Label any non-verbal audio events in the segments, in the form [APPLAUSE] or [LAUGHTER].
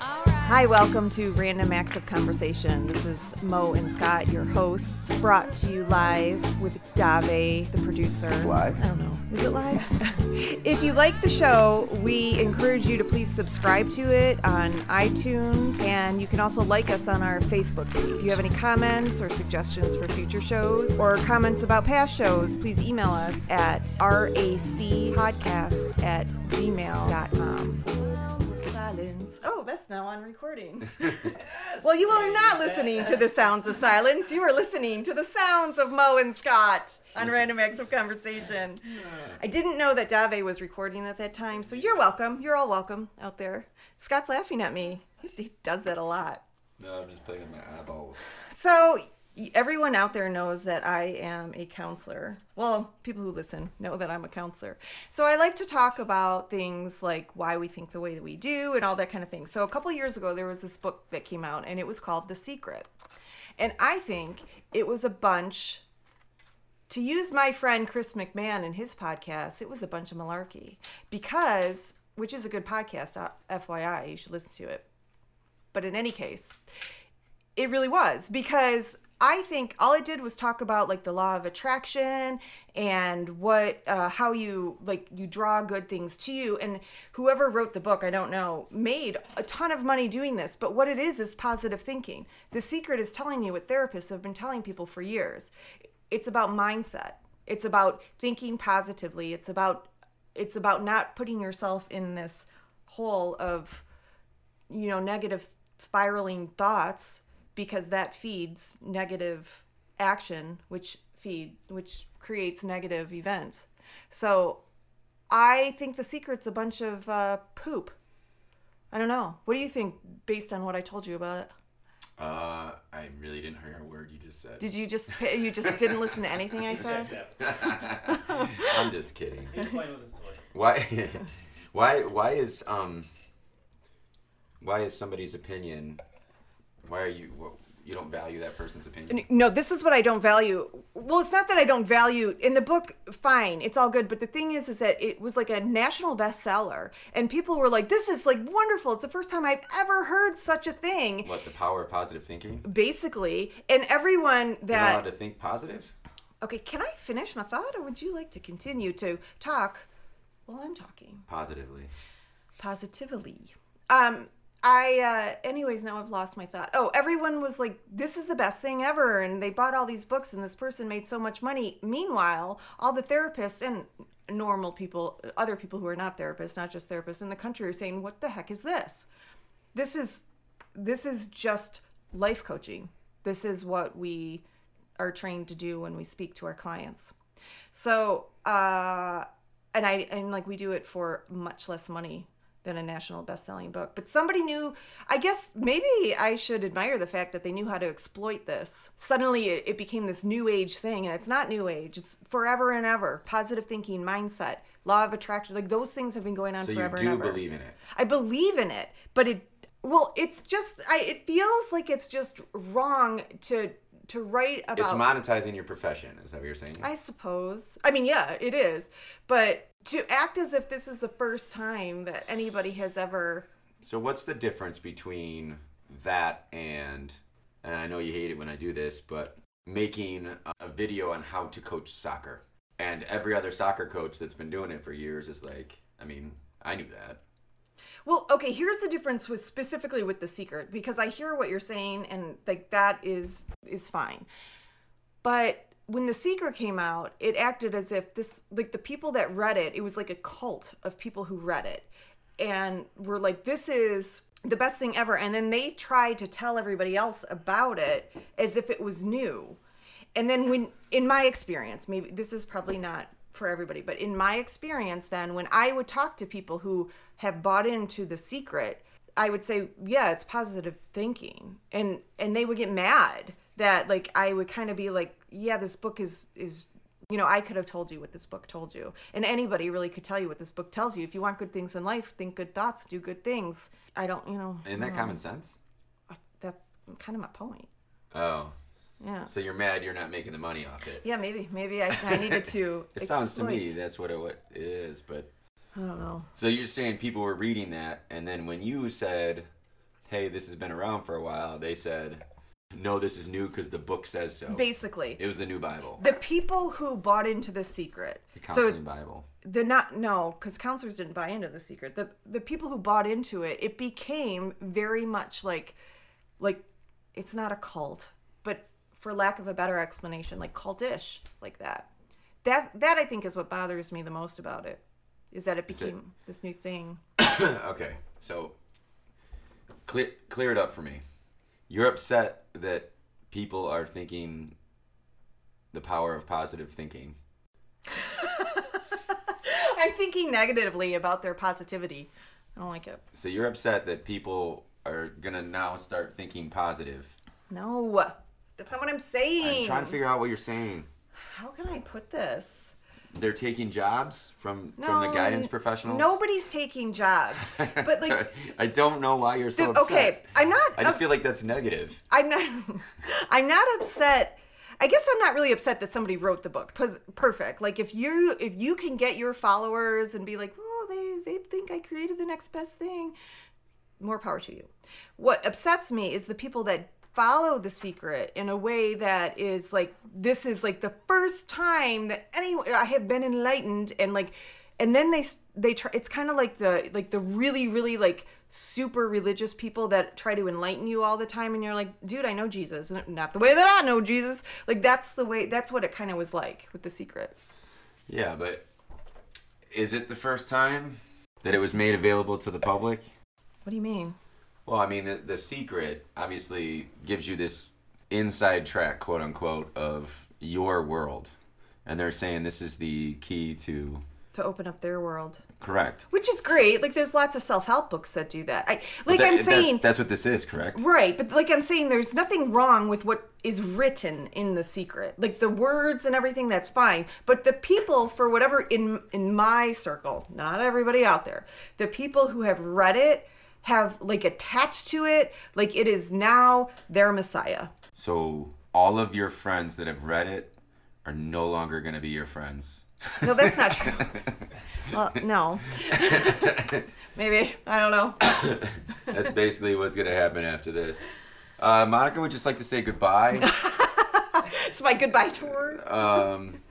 Hi, welcome to Random Acts of Conversation. This is Mo and Scott, your hosts, brought to you live with Dave, the producer. It's live? I don't know. Is it live? [LAUGHS] if you like the show, we encourage you to please subscribe to it on iTunes, and you can also like us on our Facebook page. If you have any comments or suggestions for future shows or comments about past shows, please email us at racpodcast at gmail.com. Silence. Oh, that's now on recording. [LAUGHS] well, you are not listening to the sounds of silence. You are listening to the sounds of Mo and Scott on Random Acts of Conversation. I didn't know that Dave was recording at that time, so you're welcome. You're all welcome out there. Scott's laughing at me. He does that a lot. No, I'm just playing with my eyeballs. So y- everyone out there knows that I am a counselor. Well, people who listen know that I'm a counselor. So I like to talk about things like why we think the way that we do and all that kind of thing. So a couple years ago there was this book that came out and it was called The Secret. And I think it was a bunch to use my friend Chris McMahon in his podcast, it was a bunch of malarkey because, which is a good podcast, uh, FYI, you should listen to it. But in any case, it really was because I think all it did was talk about like the law of attraction and what uh, how you like you draw good things to you and whoever wrote the book I don't know made a ton of money doing this but what it is is positive thinking. The secret is telling you what therapists have been telling people for years. It's about mindset. It's about thinking positively. It's about it's about not putting yourself in this hole of you know negative spiraling thoughts because that feeds negative action which feed which creates negative events so i think the secret's a bunch of uh, poop i don't know what do you think based on what i told you about it Uh, I really didn't hear a word you just said. did you just pi- you just didn't listen to anything i said I'm just kidding. He's playing with his toy. Why? [LAUGHS] why? Why is um? Why is somebody's opinion? Why are you? Well, you don't value that person's opinion. no, this is what I don't value. Well, it's not that I don't value in the book. Fine, it's all good. But the thing is, is that it was like a national bestseller, and people were like, "This is like wonderful. It's the first time I've ever heard such a thing." What the power of positive thinking? Basically, and everyone You're not allowed that to think positive. okay, can I finish my thought, or would you like to continue to talk while I'm talking? Positively. positively. Um, I, uh, anyways, now I've lost my thought. Oh, everyone was like, this is the best thing ever. And they bought all these books, and this person made so much money. Meanwhile, all the therapists and normal people, other people who are not therapists, not just therapists in the country, are saying, what the heck is this? This is, this is just life coaching. This is what we are trained to do when we speak to our clients. So, uh, and I and like we do it for much less money than a national best-selling book. But somebody knew. I guess maybe I should admire the fact that they knew how to exploit this. Suddenly, it, it became this new age thing, and it's not new age. It's forever and ever. Positive thinking, mindset, law of attraction, like those things have been going on So you forever do and ever. believe in it. I believe in it, but it well, it's just I it feels like it's just wrong to to write about It's monetizing your profession. Is that what you're saying? I suppose. I mean, yeah, it is. But to act as if this is the first time that anybody has ever So what's the difference between that and and I know you hate it when I do this, but making a- a video on how to coach soccer. And every other soccer coach that's been doing it for years is like, I mean, I knew that. Well, okay, here's the difference with specifically with the secret because I hear what you're saying and like that is is fine. But when the secret came out, it acted as if this like the people that read it, it was like a cult of people who read it and were like this is the best thing ever and then they tried to tell everybody else about it as if it was new. And then when in my experience, maybe this is probably not for everybody, but in my experience then when I would talk to people who have bought into the secret, I would say, "Yeah, it's positive thinking." And and they would get mad that like I would kind of be like, "Yeah, this book is is you know, I could have told you what this book told you. And anybody really could tell you what this book tells you. If you want good things in life, think good thoughts, do good things." I don't, you know, Isn't that common sense? that's kind of my point. Oh. Yeah. So you're mad you're not making the money off it. Yeah, maybe maybe I, I needed to [LAUGHS] It sounds to me exploit. that's what it, what it is, but I don't know. so you're saying people were reading that and then when you said, hey, this has been around for a while, they said, no, this is new because the book says so. Basically, It was the new Bible, the people who bought into the secret. the So counseling Bible. the not no because counselors didn't buy into the secret the the people who bought into it it became very much like like it's not a cult but for lack of a better explanation like cultish like that that that i think is what bothers me the most about it is that it it- became this new thing [LAUGHS] Uh, okay, so clear clear it up for me. You're upset that people are thinking the power of positive thinking. i'm thinking negatively about their positivity i don't like it So you're upset that people are gonna now start thinking positive. no that's not what i'm saying I'm trying to figure out what you're saying. how can i put this They're taking jobs from from the No, guidance professionals. nobody's taking jobs [LAUGHS] but like I don't know why you're so The- upset. okay, I'm not. I uh, just feel like that's negative. I'm not. [LAUGHS] I'm not upset. I guess I'm not really upset that somebody wrote the book. Pos- Perfect. Like if you if you can get your followers and be like, oh, they they think I created the next best thing. More power to you. What upsets me is the people that follow the secret in a way that is like this is like the first time that any I have been enlightened and like and then they s- they try it's kind of like the like the really really like super religious people that try to enlighten you all the time and you're like dude i know jesus N- not the way that i know jesus like that's the way that's what it kind of was like with the secret Yeah, but is it the first time that it was made available to the public? what do you mean Well, I mean, the, the secret obviously gives you this inside track, quote unquote, of your world. And they're saying this is the key to to open up their world correct. which is great like there's lots of self-help books that do that i like That- i'm that- saying that's what this is, correct? Right, but like I'm saying, there's nothing wrong with what is written in the secret. Like the words and everything, that's fine. But the people, for whatever in in my circle, not everybody out there, the people who have read it have like attached to it, like it is now their messiah. So all of your friends that have read it are no longer going to be your friends. No, that's not [LAUGHS] true. well, no, [LAUGHS] maybe I don't know. That's basically what's going to happen after this. Uh, Monica would just like to say goodbye. [LAUGHS] It's my goodbye tour. um,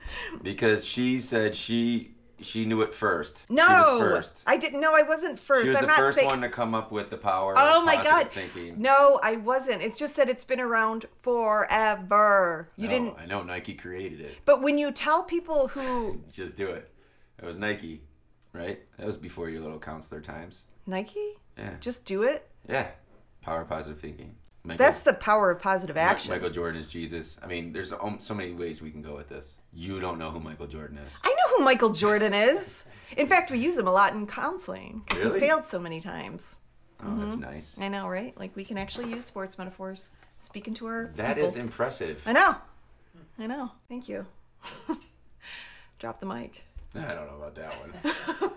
because she said she she knew it first. No, she was first. I didn't. No, I wasn't first. She was I'm the not first saying. one to come up with the power. Oh of my positive god. Thinking. No, I wasn't. It's just that it's been around forever. You No, didn't Oh, I know Nike created it. But when you tell people who Just do it. It was Nike, right? That was before your little counselor times. Nike, Yeah. just do it. Yeah. Power of positive thinking. Michael, That's the power of positive action. Michael Jordan is Jesus. I mean, there's um, so many ways we can go with this. You don't know who Michael Jordan is. I know who Michael Jordan is. In fact, we use him a lot in counseling because Really? he failed so many times. Oh, that's Mm-hmm. nice. I know, right? Like we can actually use sports metaphors speaking to our That people. is impressive. I know. I know. Thank you. [LAUGHS] Drop the mic. I don't know about that one.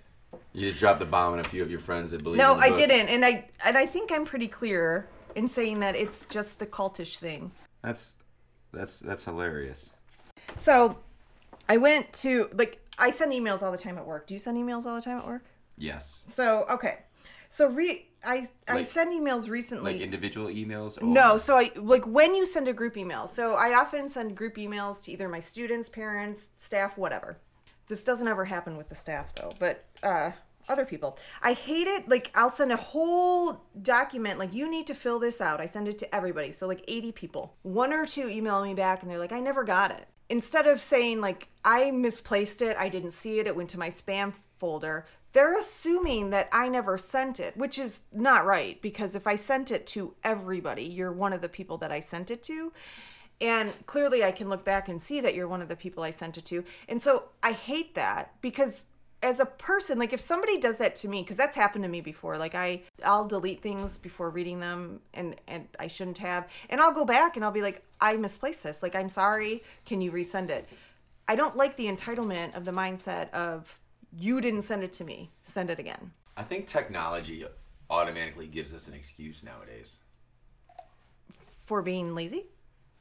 [LAUGHS] you just dropped the bomb on a few of your friends that believe. No, in the I book. didn't, and I and I think I'm pretty clear in saying that it's just the cultish thing. That's that's that's hilarious. So, I went to like I send emails all the time at work. Do you send emails all the time at work? Yes, So okay, so re I I Like- send emails recently. like individual emails. Or, no, so I like when you send a group email. So I often send group emails to either my students, parents, staff, whatever. This doesn't ever happen with the staff though, but uh, other people. I hate it. Like I'll send a whole document. Like you need to fill this out. I send it to everybody. So like 80 people. One or two email me back and they're like, I never got it. Instead of saying like I misplaced it, I didn't see it, it went to my spam folder. They're assuming that I never sent it, which is not right because if I sent it to everybody, you're one of the people that I sent it to. And clearly I can look back and see that you're one of the people I sent it to. And so I hate that because as a person, like if somebody does that to me, because that's happened to me before, like I I'll delete things before reading them and and I shouldn't have. And I'll go back and I'll be like, I misplaced this. Like I'm sorry, can you resend it? I don't like the entitlement of the mindset of you didn't send it to me, send it again. I think technology automatically gives us an excuse nowadays. For being lazy?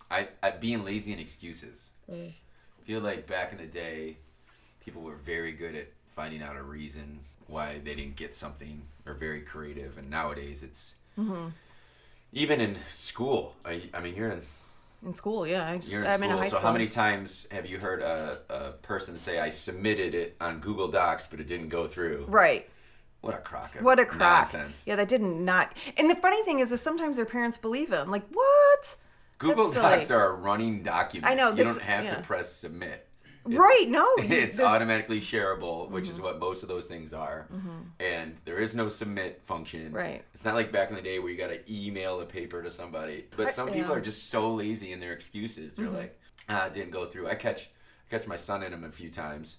I, I being lazy and excuses. Mm. I feel like back in the day, people were very good at finding out a reason why they didn't get something, or very creative. And nowadays, it's Mm-hmm. Even in school, I, I mean, you're in in school. Yeah, I just, you're in I'm school. in a high so school. how many times have you heard a, a person say, "I submitted it on Google Docs, but it didn't go through"? Right. What a crock! of What a crock. Nonsense. Yeah, that didn't not. And the funny thing is, is sometimes their parents believe them. Like what? Google That's silly. Docs are a running document. I know, You that's- don't have yeah. to press submit. [LAUGHS] right? No. you- Mm-hmm. It's they're- automatically shareable, which is what most of those things are. And there is no submit function. Mm-hmm. Right. It's not like back in the day where you got to email a paper to somebody. But some people yeah. Mm-hmm. are just so lazy in their excuses. They're like, ah, it didn't go through. I catch I catch my son in them a few times.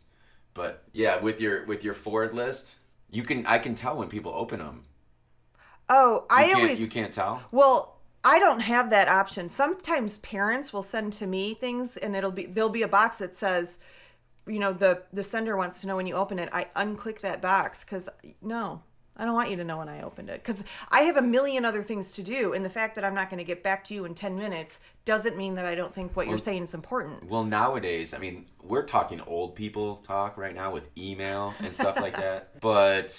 But yeah, with your with your forward list, you can I can tell when people open them. oh, I you can't, always you can't tell. Well, I don't have that option. Sometimes parents will send to me things and it'll be there'll be a box that says, you know, the the sender wants to know when you open it. I unclick that box cuz no. I don't want you to know when I opened it cuz I have a million other things to do and the fact that I'm not going to get back to you in 10 minutes doesn't mean that I don't think what you're saying is important. Well, nowadays, I mean, we're talking old people talk right now with email and stuff like that. But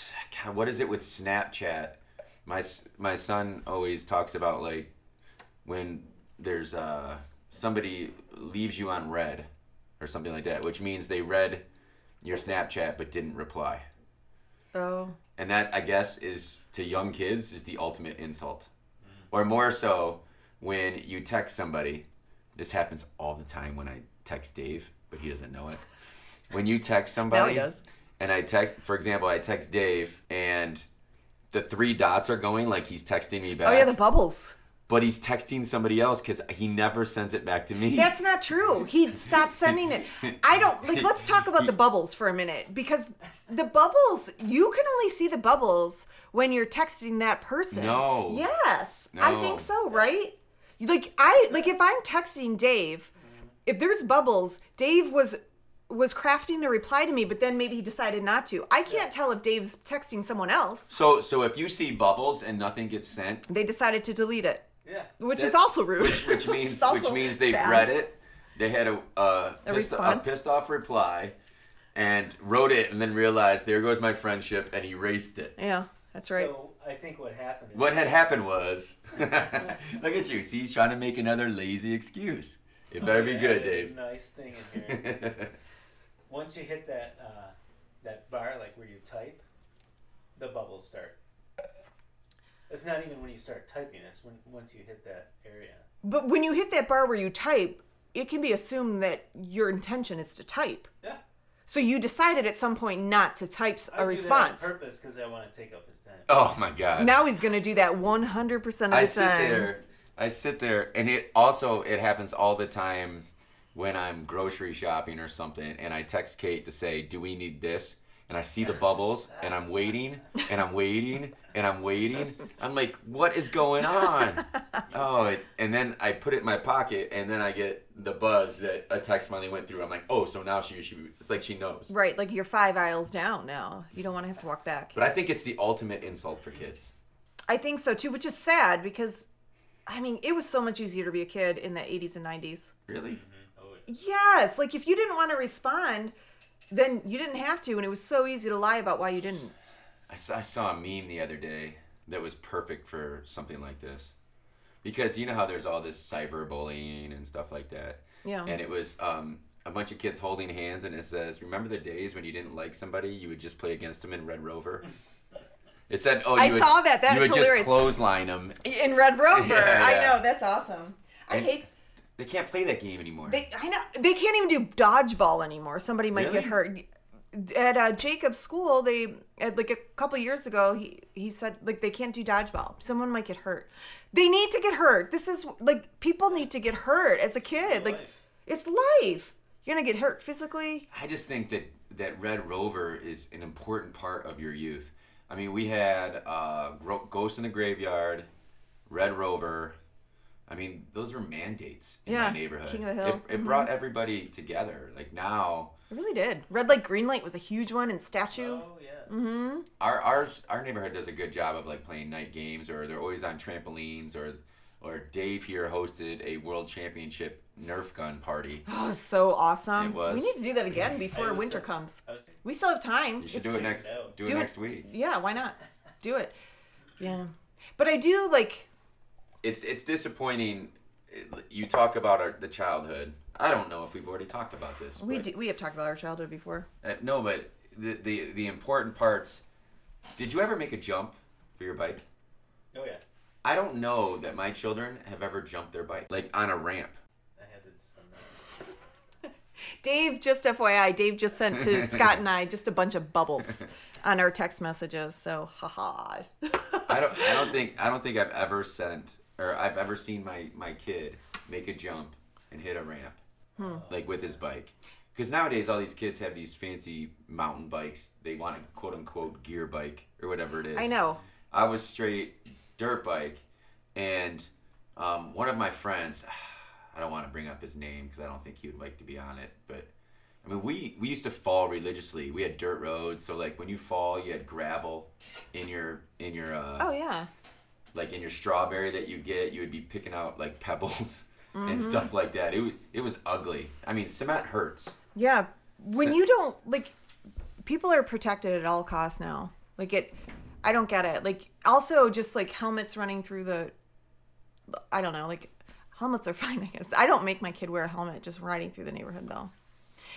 God, what is it with Snapchat? My s- my son always talks about like when there's uh somebody leaves you on red or something like that, which means they read your Snapchat but didn't reply. Oh. And that I guess is to young kids is the ultimate insult. Or more so when you text somebody. This happens all the time when I text Dave, but he doesn't know it. When you text somebody does. and I text for example, I text Dave and the three dots are going like he's texting me back. Oh yeah, the bubbles. but he's texting somebody else cuz he never sends it back to me. That's not true. He stopped sending it. I don't like let's talk about the bubbles for a minute because the bubbles you can only see the bubbles when you're texting that person. No. Yes. I No. think so, right? You- Like I like if I'm texting Dave, if there's bubbles, Dave was was crafting a reply to me, but then maybe he decided not to. I can't tell if Dave's texting someone else. so so if you see bubbles and nothing gets sent, They decided to delete it, Yeah. which is That's- also rude. which, [LAUGHS] which means It's also which means they've sad. read it. They had a, uh, pissed, a response? pissed off reply, and wrote it, and then realized there goes my friendship, and erased it. Yeah, that's right. So I think what happened. is- What had happened was, [LAUGHS] look at you. See, he's trying to make another lazy excuse. It better be Yeah, good, I did a Dave. Nice thing in here. [LAUGHS] once you hit that uh, that bar, like where you type, the bubbles start. It's not even when you start typing. It's when once you hit that area. But when you hit that bar where you type, it can be assumed that your intention is to type. Yeah, So you decided at some point not to type s- I a do response. that on purpose because I want to take up his time. oh my God. Now he's going to do that 100% of the I time. sit there. I sit there, and it also it happens all the time when I'm grocery shopping or something, and I text Kate to say, "Do we need this?" And I see the bubbles, and I'm waiting, and I'm waiting, and I'm waiting. I'm like, "What is going on?" Oh, it, and then I put it in my pocket, and then I get the buzz that a text finally went through. I'm like, "Oh, so now she she it's like she knows." Right, like you're five aisles down now. You don't want to have to walk back. But I think it's the ultimate insult for kids. I think so too, which is sad because, I mean, it was so much easier to be a kid in the 80s and 90s. Really? Oh, it- Yes, like if you didn't want to respond, then you didn't have to, and it was so easy to lie about why you didn't. I saw, I saw a meme the other day that was perfect for something like this. Because you know how there's all this cyberbullying and stuff like that. Yeah. And it was um, a bunch of kids holding hands, and it says, Remember the days when you didn't like somebody, you would just play against them in [LAUGHS] Red Rover? It said, Oh, you I would, saw that. That's you would hilarious. just clothesline them. In Red Rover, Yeah, I yeah. know that's awesome. I And- hate They can't play that game anymore. they. I know they can't even do dodgeball anymore. Somebody might get Really? hurt. At uh, Jacob's school, they at like a couple years ago, he he said like they can't do dodgeball. Someone might get hurt. They need to get hurt. This is like people need to get hurt as a kid. Like Life. it's life. You're gonna get hurt physically. I just think that that Red Rover is an important part of your youth. I mean, we had uh, Gro- Ghost in the Graveyard, Red Rover. I mean, those were mandates in Yeah, my neighborhood. King of the Hill. Mm-hmm. It, it brought everybody together. Like now, It really did. Red light, green light was a huge one, and statue. Mm-hmm. oh yeah. our ours our neighborhood does a good job of like playing night games, or they're always on trampolines, or or Dave here hosted a world championship Nerf gun party. Oh, so awesome. It was. We need to do that again before was winter so- comes. I was We still have time. You should It's- do it next. No. Do, Do it it- next week. Yeah, why not? Do it. Yeah. But I do like It's it's disappointing. You talk about our, the childhood. I don't know if we've already talked about this. we but- do, we have talked about our childhood before. Uh, no, but the, the the important parts. Did you ever make a jump for your bike? Oh yeah, I don't know that my children have ever jumped their bike, like on a ramp. I had it some. Dave, just FYI, Dave just sent to Scott and I just a bunch of bubbles on our text messages. So, haha. I don't. I don't think. I don't think I've ever sent or I've ever seen my my kid make a jump and hit a ramp, Hmm. like with his bike. Because nowadays all these kids have these fancy mountain bikes. They want a quote unquote gear bike or whatever it is. [LAUGHS] I know. I was straight dirt bike, and um, one of my friends, [SIGHS] I don't want to bring up his name because I don't think he would like to be on it, but I mean, we we used to fall religiously. We had dirt roads, so like when you fall, you had gravel in your in your uh, Oh, yeah. like in your strawberry that you get. You would be picking out like pebbles [LAUGHS] and stuff like that. It wa- it was ugly. I mean, cement hurts. Yeah. When So- you don't like people are protected at all costs now. Like it I don't get it. Like also just like helmets running through the I don't know, like helmets are [LAUGHS] fine, I guess. I don't make my kid wear a helmet just riding through the neighborhood though.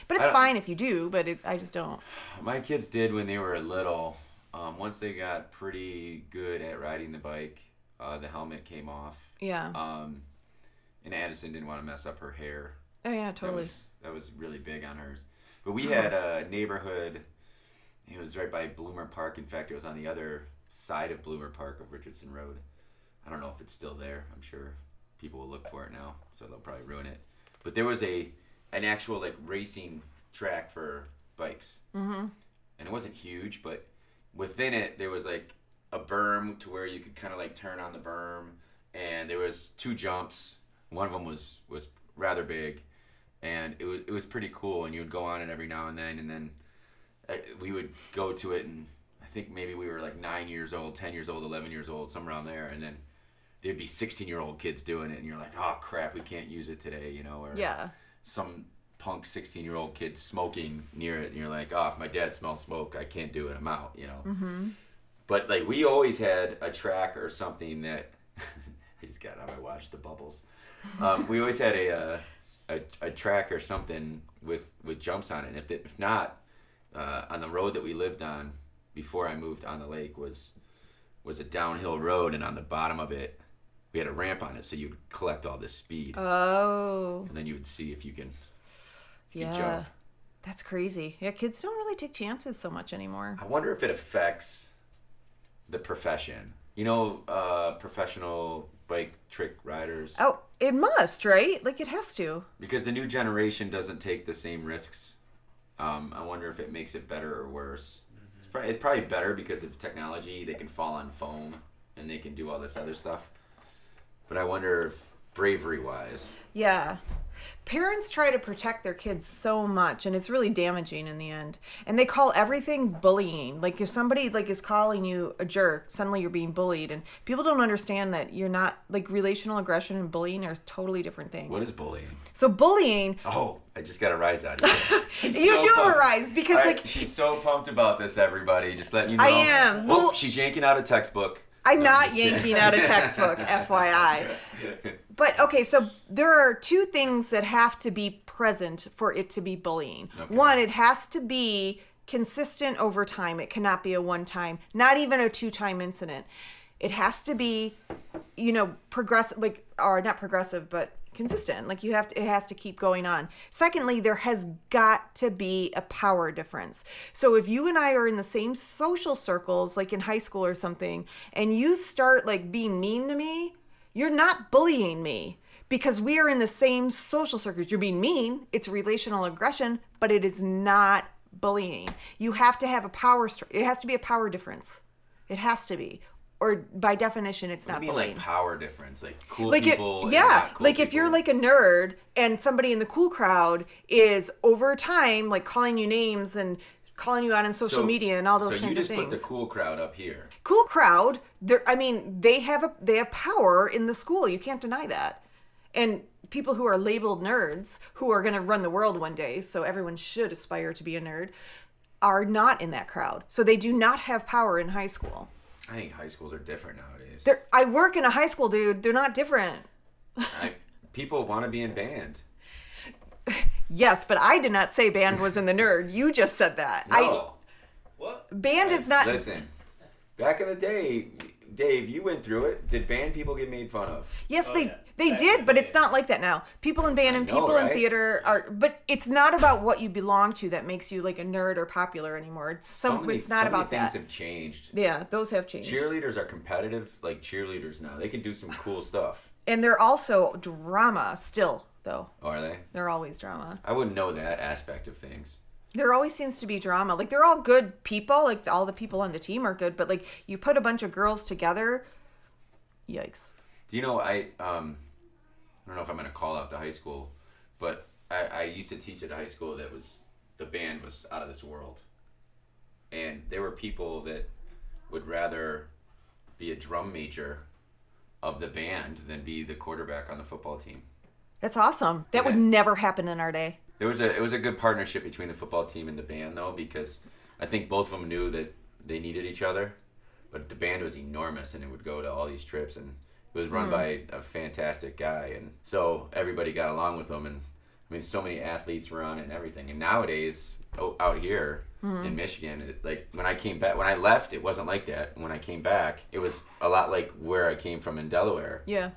But it's I- fine if you do, but it, I just don't. My kids did when they were little. Um, once they got pretty good at riding the bike, uh, the helmet came off. Yeah. Um, and Addison didn't want to mess up her hair. oh yeah, That totally. was that was really big on hers. But we had a neighborhood. It was right by Bloomer Park. In fact, it was on the other side of Bloomer Park of Richardson Road. I don't know if it's still there. I'm sure people will look for it now, so they'll probably ruin it. But there was a an actual like racing track for bikes, mm-hmm. and it wasn't huge, but within it there was like a berm to where you could kind of like turn on the berm, and there was two jumps. One of them was was rather big, and it was it was pretty cool. And you would go on it every now and then, and then I- we would go to it, and I think maybe we were like nine years old, ten years old, eleven years old, somewhere around there, and then there'd be sixteen year old kids doing it, and you're like, oh crap, we can't use it today, you know, or yeah. some punk 16 year old kid smoking near it and you're like oh if my dad smells smoke i can't do it i'm out you Mm-hmm. know but like we always had a track or something that [LAUGHS] i just got on my watch the bubbles um, we always had a, uh, a a track or something with with jumps on it and if, it, if not uh, on the road that we lived on before i moved on the lake was was a downhill road and on the bottom of it we had a ramp on it so you'd collect all this speed Oh. and then you would see if you can Yeah. jump. That's crazy. Yeah, kids don't really take chances so much anymore. I wonder if it affects the profession. You know, uh, professional bike trick riders. Oh, it must, right? Like it has to. Because the new generation doesn't take the same risks. Um, I wonder if it makes it better or worse. Mm-hmm. It's, probably, it's probably better because of technology. They can fall on foam and they can do all this other stuff. But I wonder if bravery wise. Yeah. Parents try to protect their kids so much and it's really damaging in the end. And they call everything bullying. Like if somebody like is calling you a jerk, suddenly you're being bullied and people don't understand that you're not like relational aggression and bullying are totally different things. What is bullying? so bullying Oh, I just got a rise out [LAUGHS] of you. She's you so do pumped. arise because I- like [LAUGHS] she's so pumped about this, everybody. Just letting you know. I am. Oh, Well- she's yanking out [LAUGHS] a textbook. I'm No, not just kidding. yanking out a [LAUGHS] textbook, FYI. But okay, so there are two things that have to be present for it to be bullying. Okay. One, it has to be consistent over time. It cannot be a one time, not even a two time incident. It has to be, you know, progressive, like, or not progressive, but consistent. Like, you have to, it has to keep going on. Secondly, there has got to be a power difference. So if you and I are in the same social circles, like in high school or something, and you start like being mean to me, you're not bullying me because we are in the same social circles. You're being mean, it's relational aggression, but it is not bullying. You have to have a power, str- it has to be a power difference. It has to be. Or by definition, it's I not mean, bullying like power difference, like cool like it, people. and yeah not cool like if you're people. like a nerd and somebody in the cool crowd is over time like calling you names and calling you out on social So- media and all those so kinds you just of things put the cool crowd up here. cool crowd they're i mean they have a they have power in the school you can't deny that and people who are labeled nerds who are going to run the world one day so everyone should aspire to be a nerd are not in that crowd so they do not have power in high school I think high schools are different nowadays. They're, I work in a high school, dude. They're not different. I, people want to be in band. Yes, but I did not say band was in the nerd. You just said that. No, What? I band is not. Listen, back in the day, Dave, you went through it. Did band people get made fun of? Yes, Oh, they yeah. they Back in did, the but day. it's not like that now. People in band and know, people in right? theater are, but it's not about what you belong to that makes you like a nerd or popular anymore. It's some, many- it's not so many about things that. have changed. yeah, those have changed, Cheerleaders are competitive, like cheerleaders now. They can do some cool stuff. and they're also drama still, though. Are they? They're always drama. I wouldn't know that aspect of things. There always seems to be drama. Like they're all good people. Like all the people on the team are good, but like you put a bunch of girls together, yikes. Do you know I um I don't know if I'm gonna call out the high school, but I, I used to teach at a high school that was the band was out of this world. And there were people that would rather be a drum major of the band than be the quarterback on the football team. That's awesome. That would Yeah. never happen in our day. It was a it was a good partnership between the football team and the band though because I think both of them knew that they needed each other, but the band was enormous and it would go to all these trips and it was run by a fantastic guy and so everybody got along with him and I mean so many athletes were on it and everything and nowadays o- out here in Michigan it, like when I came back when I left it wasn't like that when I came back it was a lot like where I came from in Delaware Yeah.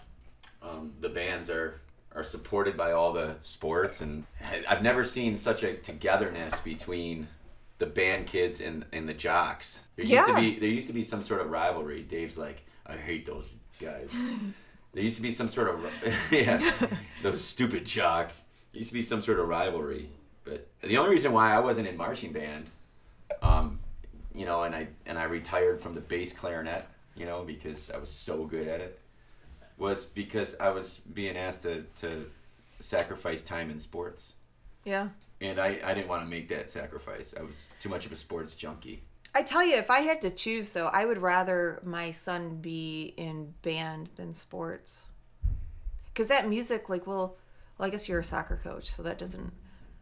um, the bands are are supported by all the sports and I've never seen such a togetherness between the band kids and, and the jocks. There used to Yeah. be there used to be some sort of rivalry. Dave's like, I hate those guys. there used to be some sort of ri- [LAUGHS] yeah, those stupid jocks. There used to be some sort of rivalry. But the only reason why I wasn't in marching band um, you know, and I and I retired from the bass clarinet, you know, because I was so good at it, was because I was being asked to, to sacrifice time in sports, Yeah. and I, I didn't want to make that sacrifice. I was too much of a sports junkie. I tell you, if I had to choose, though, I would rather my son be in band than sports. Because that music, like, well, well, I guess you're a soccer coach, so that doesn't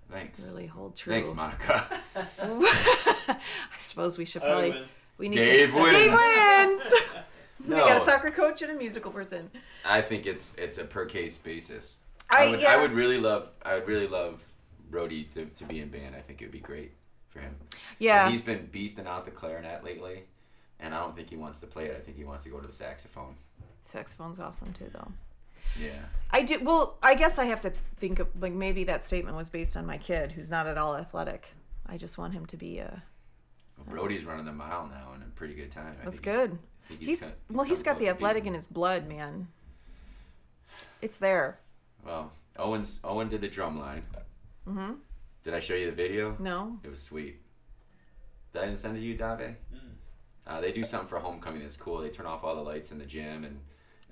Thanks. really hold true. Thanks, Monica. [LAUGHS] [LAUGHS] I suppose we should I would probably. win. We need Dave to, wins. Dave wins. [LAUGHS] we no, got a soccer coach and a musical person. I think it's it's a per case basis. I- would, yeah. I would really love I would really love Rhodey to, to be in band. I think it would be great for him. Yeah. And he's been beasting out the clarinet lately, and I don't think he wants to play it. I think he wants to go to the saxophone. Saxophone's awesome too, though. Yeah. I do. Well, I guess I have to think of like maybe that statement was based on my kid, who's not at all athletic. I just want him to be uh, a. Brody's running the mile now in a pretty good time. I That's think good. he- I think He's, kinda- well, he's kinda got the close to athletic beating in his blood, man. It's there. it. Well, Owen's Owen did the drum line. hmm Did I show you the video? No. It was sweet. Did I even send it to you, Dave? Mm. Uh, they do something for homecoming that's cool. They turn off all the lights in the gym and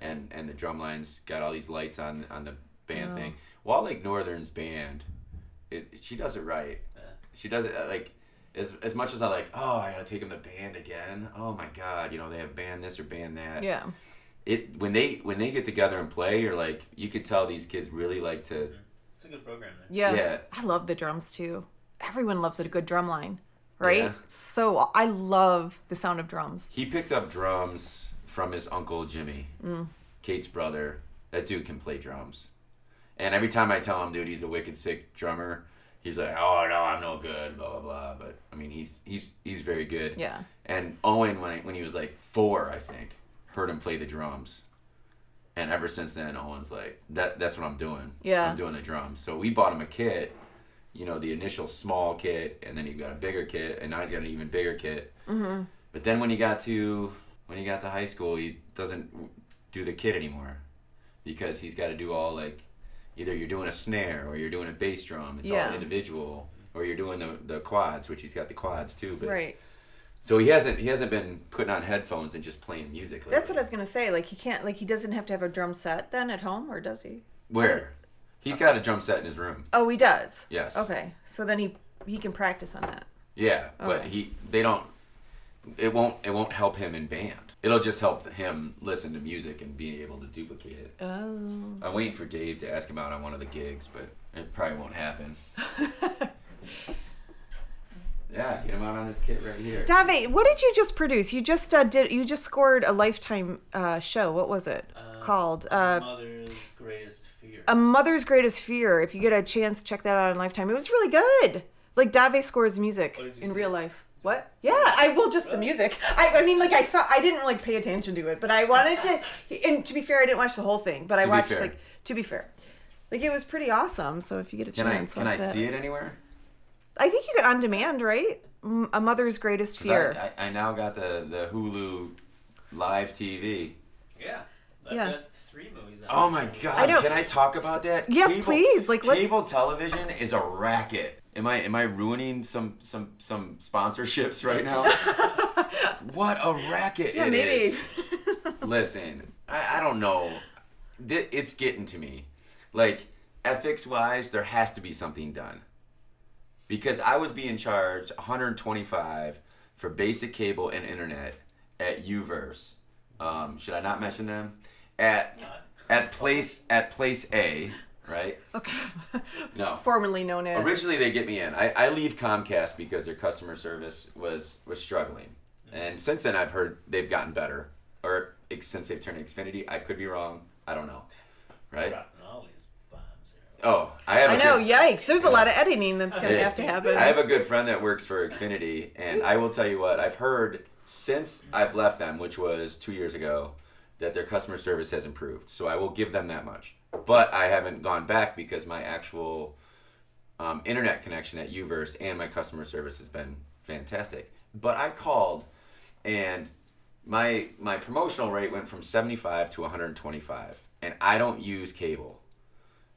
and and the drum lines got all these lights on on the band Oh. thing. Wall Lake Northern's band, it she does it right. Yeah. She does it uh, like as as much as I like. Oh, I gotta take them to band again. Oh my God, you know they have band this or band that. Yeah. It when they when they get together and play, you're like you could tell these kids really like Mm. to. [LAUGHS] It's a good program there. Yeah. Yeah. I love the drums too. Everyone loves a good drum line, right? Yeah. So I love the sound of drums. He picked up drums from his uncle Jimmy, Kate's brother. That dude can play drums. And every time I tell him, dude, he's a wicked sick drummer, he's like, oh no, I'm no good, blah blah blah. But I mean, he's he's he's very good. Yeah. And Owen, when I, when he was like four, I think, heard him play the drums. And ever since then, Owen's like, that that's what I'm doing. Yeah. I'm doing the drums. So we bought him a kit, you know, the initial small kit, and then he got a bigger kit, and now he's got an even bigger kit. Mm-hmm. But then when he got to when he got to high school, he doesn't w- do the kit anymore because he's got to do all like either you're doing a snare or you're doing a bass drum. It's Yeah. all individual, or you're doing the the quads, which he's got the quads too. But Right. so he hasn't he hasn't been putting on headphones and just playing music. Lately. That's what I was gonna say. Like he can't. Like he doesn't have to have a drum set then at home, or does he? where he's got a drum set in his room. Oh, he does. Yes. Okay. So then he he can practice on that. Yeah, but Okay. he they don't. It won't it won't help him in band. It'll just help him listen to music and be able to duplicate it. Oh. I'm waiting for Dave to ask him out on [LAUGHS] one of the gigs, but it probably won't happen. Yeah, get him out on this kit right here. Dave, what did you just produce? You just uh, did. You just scored a lifetime uh, show. What was it Uh, called? my Uh, Um, mother's greatest fear. a mother's greatest fear. If you get a chance, check that out on Lifetime. It was really good. Like Dave scores music Oh, did you in see real it? life. What? Yeah, I will just the music. I, I mean, like I saw. I didn't like pay attention to it, but I wanted [LAUGHS] to. And to be fair, I didn't watch the whole thing, but I To be watched fair. like to be fair, like it was pretty awesome. So if you get a Can I chance, can watch I that. see it anywhere? I think you get on demand, right? M- A mother's greatest 'Cause fear. I, I, I now got the the Hulu live TV. yeah. I've Yeah. got three movies. out Oh there. my god! I know. Can I talk about that? Yes, please, like, let's- cable television is a racket. Am I am I ruining some some some sponsorships right now? [LAUGHS] what a racket yeah, it maybe. is. Listen, I, I don't know. Th- It's getting to me. Like ethics wise, there has to be something done because I was being charged 125 for basic cable and internet at UVerse. Um, should I not mention them? At God. at place at place A, right? [LAUGHS] okay. No. Formerly known as. Originally, they get me in. I, I leave Comcast because their customer service was was struggling, and since then I've heard they've gotten better. Or ex- since they've turned to Xfinity, I could be wrong. I don't know, right? Dropping all these bombs here. Oh, I have. I a know. good- Yikes! There's a lot of editing that's gonna Yeah. have to happen. I have a good friend that works for Xfinity, and I will tell you what I've heard since I've left them, which was two years ago, that their customer service has improved. So I will give them that much. But I haven't gone back because my actual um, internet connection at UVerse and my customer service has been fantastic. But I called, and my my promotional rate went from 75 to 125, and I don't use cable.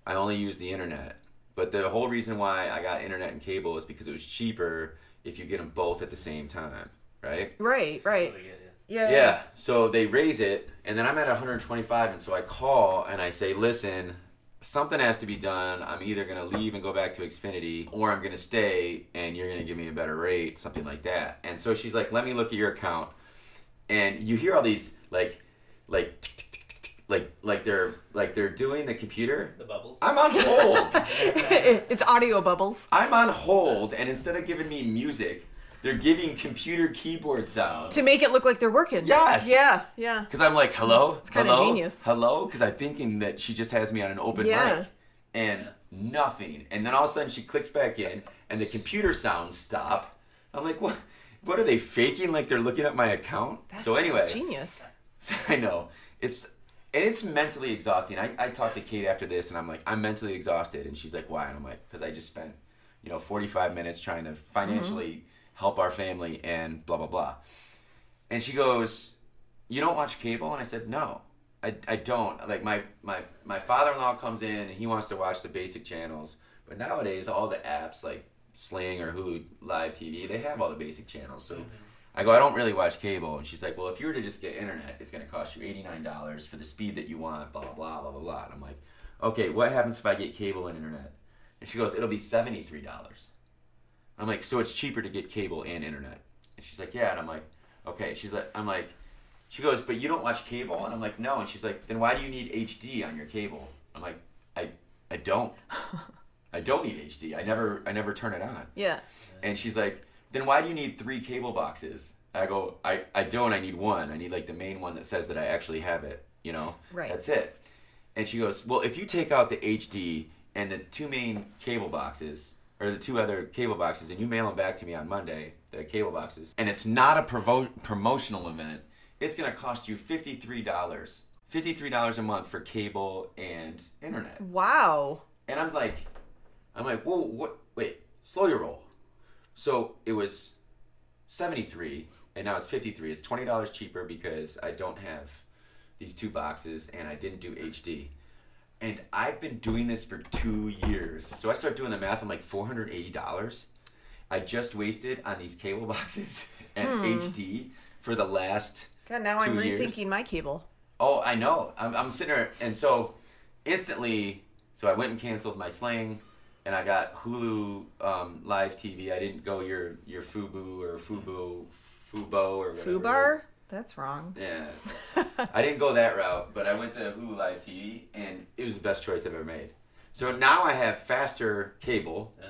I only use the internet. But the whole reason why I got internet and cable is because it was cheaper if you get them both at the same time, right? Right. Right. Really good, yeah. Yeah. Yeah. So they raise it, and then I'm at 125, and so I call and I say, listen, something has to be done. I'm either gonna leave and go back to Xfinity, or I'm gonna stay and you're gonna give me a better rate, something like that. And so she's like, let me look at your account, and you hear all these like, like, tick, tick, tick, tick, tick, like, like they're like they're doing the computer. The bubbles. I'm on hold. [LAUGHS] it's audio bubbles. I'm on hold, and instead of giving me music, they're giving computer keyboard sounds. To make it look like they're working. Yes. Yeah. Yeah. Because I'm like, hello, kinda hello, genius. hello, because I'm thinking that she just has me on an open Yeah. mic, and nothing. And then all of a sudden she clicks back in, and the computer sounds stop. I'm like, what? What are they faking? Like they're looking at my account? so anyway, Genius. [LAUGHS] I know it's and it's mentally exhausting. I, I talked to Kate after this, and I'm like, I'm mentally exhausted, and she's like, why? And I'm like, because I just spent you know 45 minutes trying to financially help our family and blah blah blah. And she goes, you don't watch cable? And I said, no, I, I don't. Like my my my father-in-law comes in and he wants to watch the basic channels, but nowadays all the apps like Sling or Hulu Live TV, they have all the basic channels. So I go, I don't really watch cable, and she's like, well, if you were to just get internet, it's gonna cost you eighty-nine dollars for the speed that you want, blah blah blah blah blah. blah. And I'm like, okay, what happens if I get cable and internet? And she goes, it'll be seventy-three dollars. I'm like, so it's cheaper to get cable and internet. And she's like, yeah. And I'm like, okay. She's like, I'm like, she goes, but you don't watch cable? And I'm like, no. And she's like, then why do you need HD on your cable? I'm like, I, I don't. I don't need HD. I never, I never turn it on. Yeah. And she's like, then why do you need three cable boxes? I go, I, I don't. I need one. I need like the main one that says that I actually have it. You know, Right. That's it. And she goes, well, if you take out the HD and the two main cable boxes or the two other cable boxes, and you mail them back to me on Monday, the cable boxes, and it's not a provo- promotional event, it's gonna cost you fifty three dollars. $53 a month for cable and internet. Wow. And I'm like, I'm like, whoa, what? Wait, slow your roll. So it was 73, and now it's 53. It's twenty dollars cheaper because I don't have these two boxes, and I didn't do HD. And I've been doing this for two years. So I start doing the math. I'm like, four hundred eighty dollars. I just wasted on these cable [LAUGHS] boxes and HD for the last God, now i I'm Two rethinking years. my cable. Oh, I know. I'm, I'm sitting there, and so instantly, so I went and canceled my slang, and I got Hulu um, live TV. I didn't go your your Fubu or Fubu, Fubo or whatever. it is. Fubar? That's wrong. [LAUGHS] Yeah, I didn't go that route, but I went to Hulu live TV, and it was the best choice I've ever made. So now I have faster cable Yeah.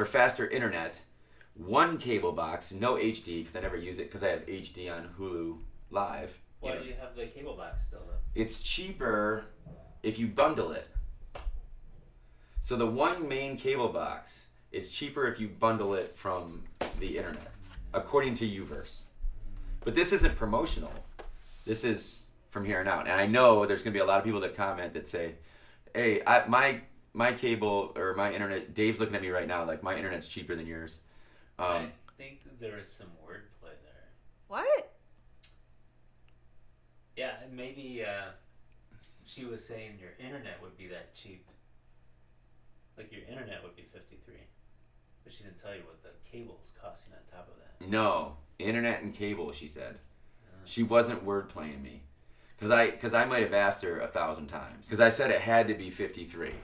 or faster internet one cable box, no HD because I never use it because I have HD on Hulu Live. Why You know, do you have the cable box still though? it's cheaper if you bundle it. So the one main cable box is cheaper if you bundle it from the internet, according to Uverse. But this isn't promotional. This is from here on out. And I know there's going to be a lot of people that comment that say, "Hey, I, my my cable or my internet." Dave's looking at me right now like my internet's cheaper than yours. I Um, think that there is some wordplay there. What? Yeah, and maybe uh, she was saying your internet would be that cheap. Like your internet would be fifty three, but she didn't tell you what the cable's costing on top of that. No, internet and cable. She said she wasn't word playing me, cause I cause I might have asked her a thousand times, cause I said it had to be fifty three.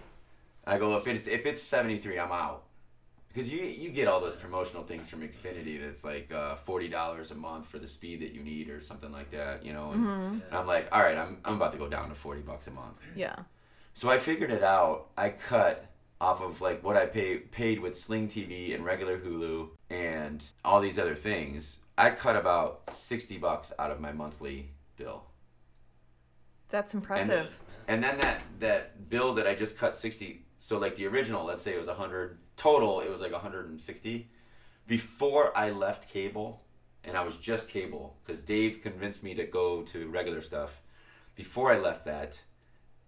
I go if it's if it's seventy three, I'm out. Because you, you get all those promotional things from Xfinity that's like uh, forty dollars a month for the speed that you need or something like that, you know. And, Mm-hmm. Mm-hmm. and I'm like, all right, I'm, I'm about to go down to forty bucks a month. Yeah. So I figured it out. I cut off of like what I pay, paid with Sling TV and regular Hulu and all these other things. I cut about 60 bucks out of my monthly bill. That's And, impressive. and then that that bill that I just cut 60 so like the original, let's say it was 100 total, it was like 160 before I left cable and I was just cable cuz Dave convinced me to go to regular stuff. Before I left that,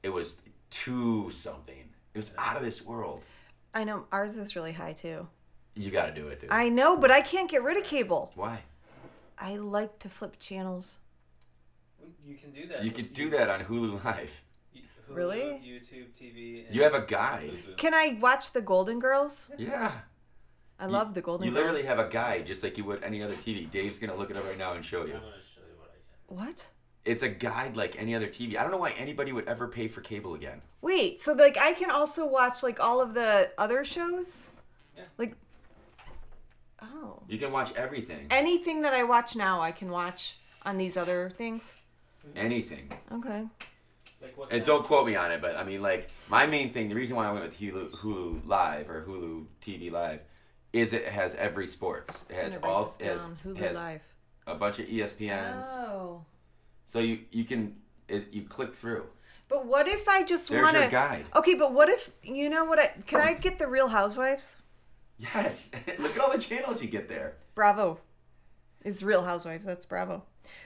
it was 2 something. It was out of this world. I know ours is really high too. You got to do it, dude. I know, but I can't get rid of cable. Why? I like to flip channels. You can do that. You could do that on Hulu Live. Hulu, Really? YouTube TV. And You have a guide. Fubo. Can I watch The Golden Girls? Yeah. I love The Golden You Girls. literally have a guide just like you would any other TV. Dave's going to look it up right now and show I'm you. gonna show you what I get. What? It's a guide like any other TV. I don't know why anybody would ever pay for cable again. Wait, so like I can also watch like all of the other shows? Yeah. Like Oh. You can watch everything. Anything that I watch now I can watch on these other things. Anything. Okay. Like what's And that? don't quote me on it, but I mean, like, my main thing, the reason why I went with Hulu, Hulu Live or Hulu TV Live is it has every sports. It I'm has gonna write all, this it has, down. it Hulu has Live. a bunch of E ESPNs. Oh. So you, you can, it, you click through. But what if I just There's want your guide. [LAUGHS] Okay, but what if you know what I can I get the Real Housewives? Yes. [LAUGHS] Look at all the channels you get there. Bravo. Is Real Housewives, that's Bravo.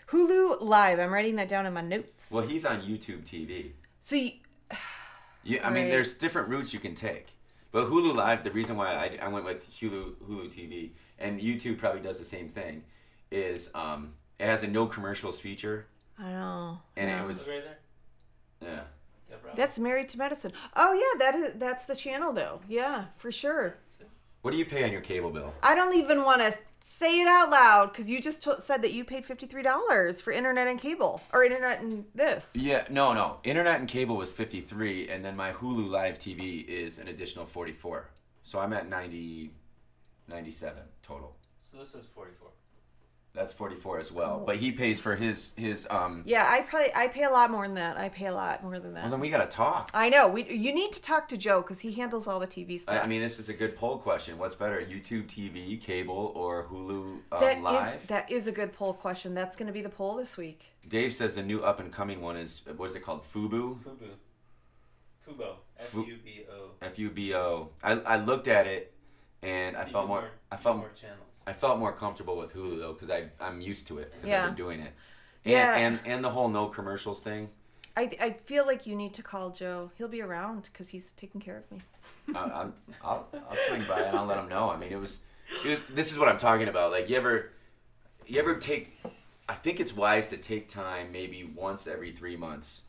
Hulu Live. I'm writing that down in my notes. Well, he's on YouTube TV. So you, Yeah, I mean, Right. there's different routes you can take. But Hulu Live, the reason why I, I went with Hulu Hulu TV and YouTube probably does the same thing, is um, it has a no commercials feature, I don't know. and it Look was right there. yeah. Yeah, bro. That's Married to Medicine. Oh yeah, that is that's the channel though. Yeah, for sure. What do you pay on your cable bill? I don't even want to say it out loud because you just to said that you paid fifty three dollars for internet and cable or internet and this. Yeah, no, no. Internet and cable was fifty three, and then my Hulu Live TV is an additional forty four. So I'm at 90, 97 total. So this is forty four. That's forty four as well. But he pays for his his um. Oh. Yeah, I probably I pay a lot more than that. I pay a lot more than that. Well, then we gotta talk. I know. We you need to talk to Joe because he handles all the TV I, stuff. I mean, this is a good poll question. What's better, YouTube TV, cable, or Hulu um, That is- Live? that is a good poll question. That's going to be the poll this week. Dave says the new up and coming one is what is it called? Fubu, Fubu. Fubo. F Fu- U B O. F U B O. I I looked at it, and I You felt do more. I felt more channels. I felt more comfortable with Hulu though because I I'm used to it because Yeah. I've been doing it. And, Yeah. and and the whole no commercials thing. I I feel like you need to call Joe. He'll be around because he's taking care of me. I, I'm, I'll, I'll swing by and I'll let them know. I mean, it was, it was. This is what I'm talking about. Like, you ever, you ever take? I think it's wise to take time, maybe once every three months,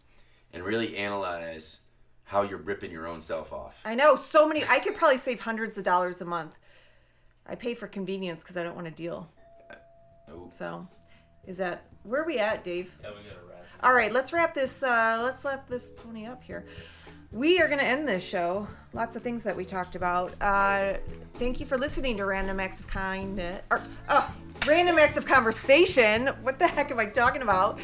and really analyze how you're ripping your own self off. I know so many. I could probably save hundreds of dollars a month. I pay for convenience because I don't want to deal. Ooh. So, is that where are we at, Dave? Yeah, we gotta wrap. All right, let's wrap this. Uh, let's wrap this pony up here. We are going to end this show. Lots of things that we talked about. Uh, thank you for listening to Random Acts of Kind. Or, oh, Random Acts of Conversation. What the heck am I talking about?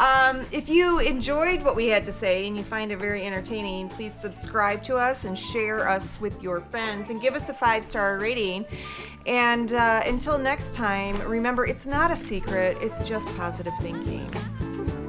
Um, if you enjoyed what we had to say and you find it very entertaining, please subscribe to us and share us with your friends and give us a five star rating. And uh, until next time, remember it's not a secret, it's just positive thinking.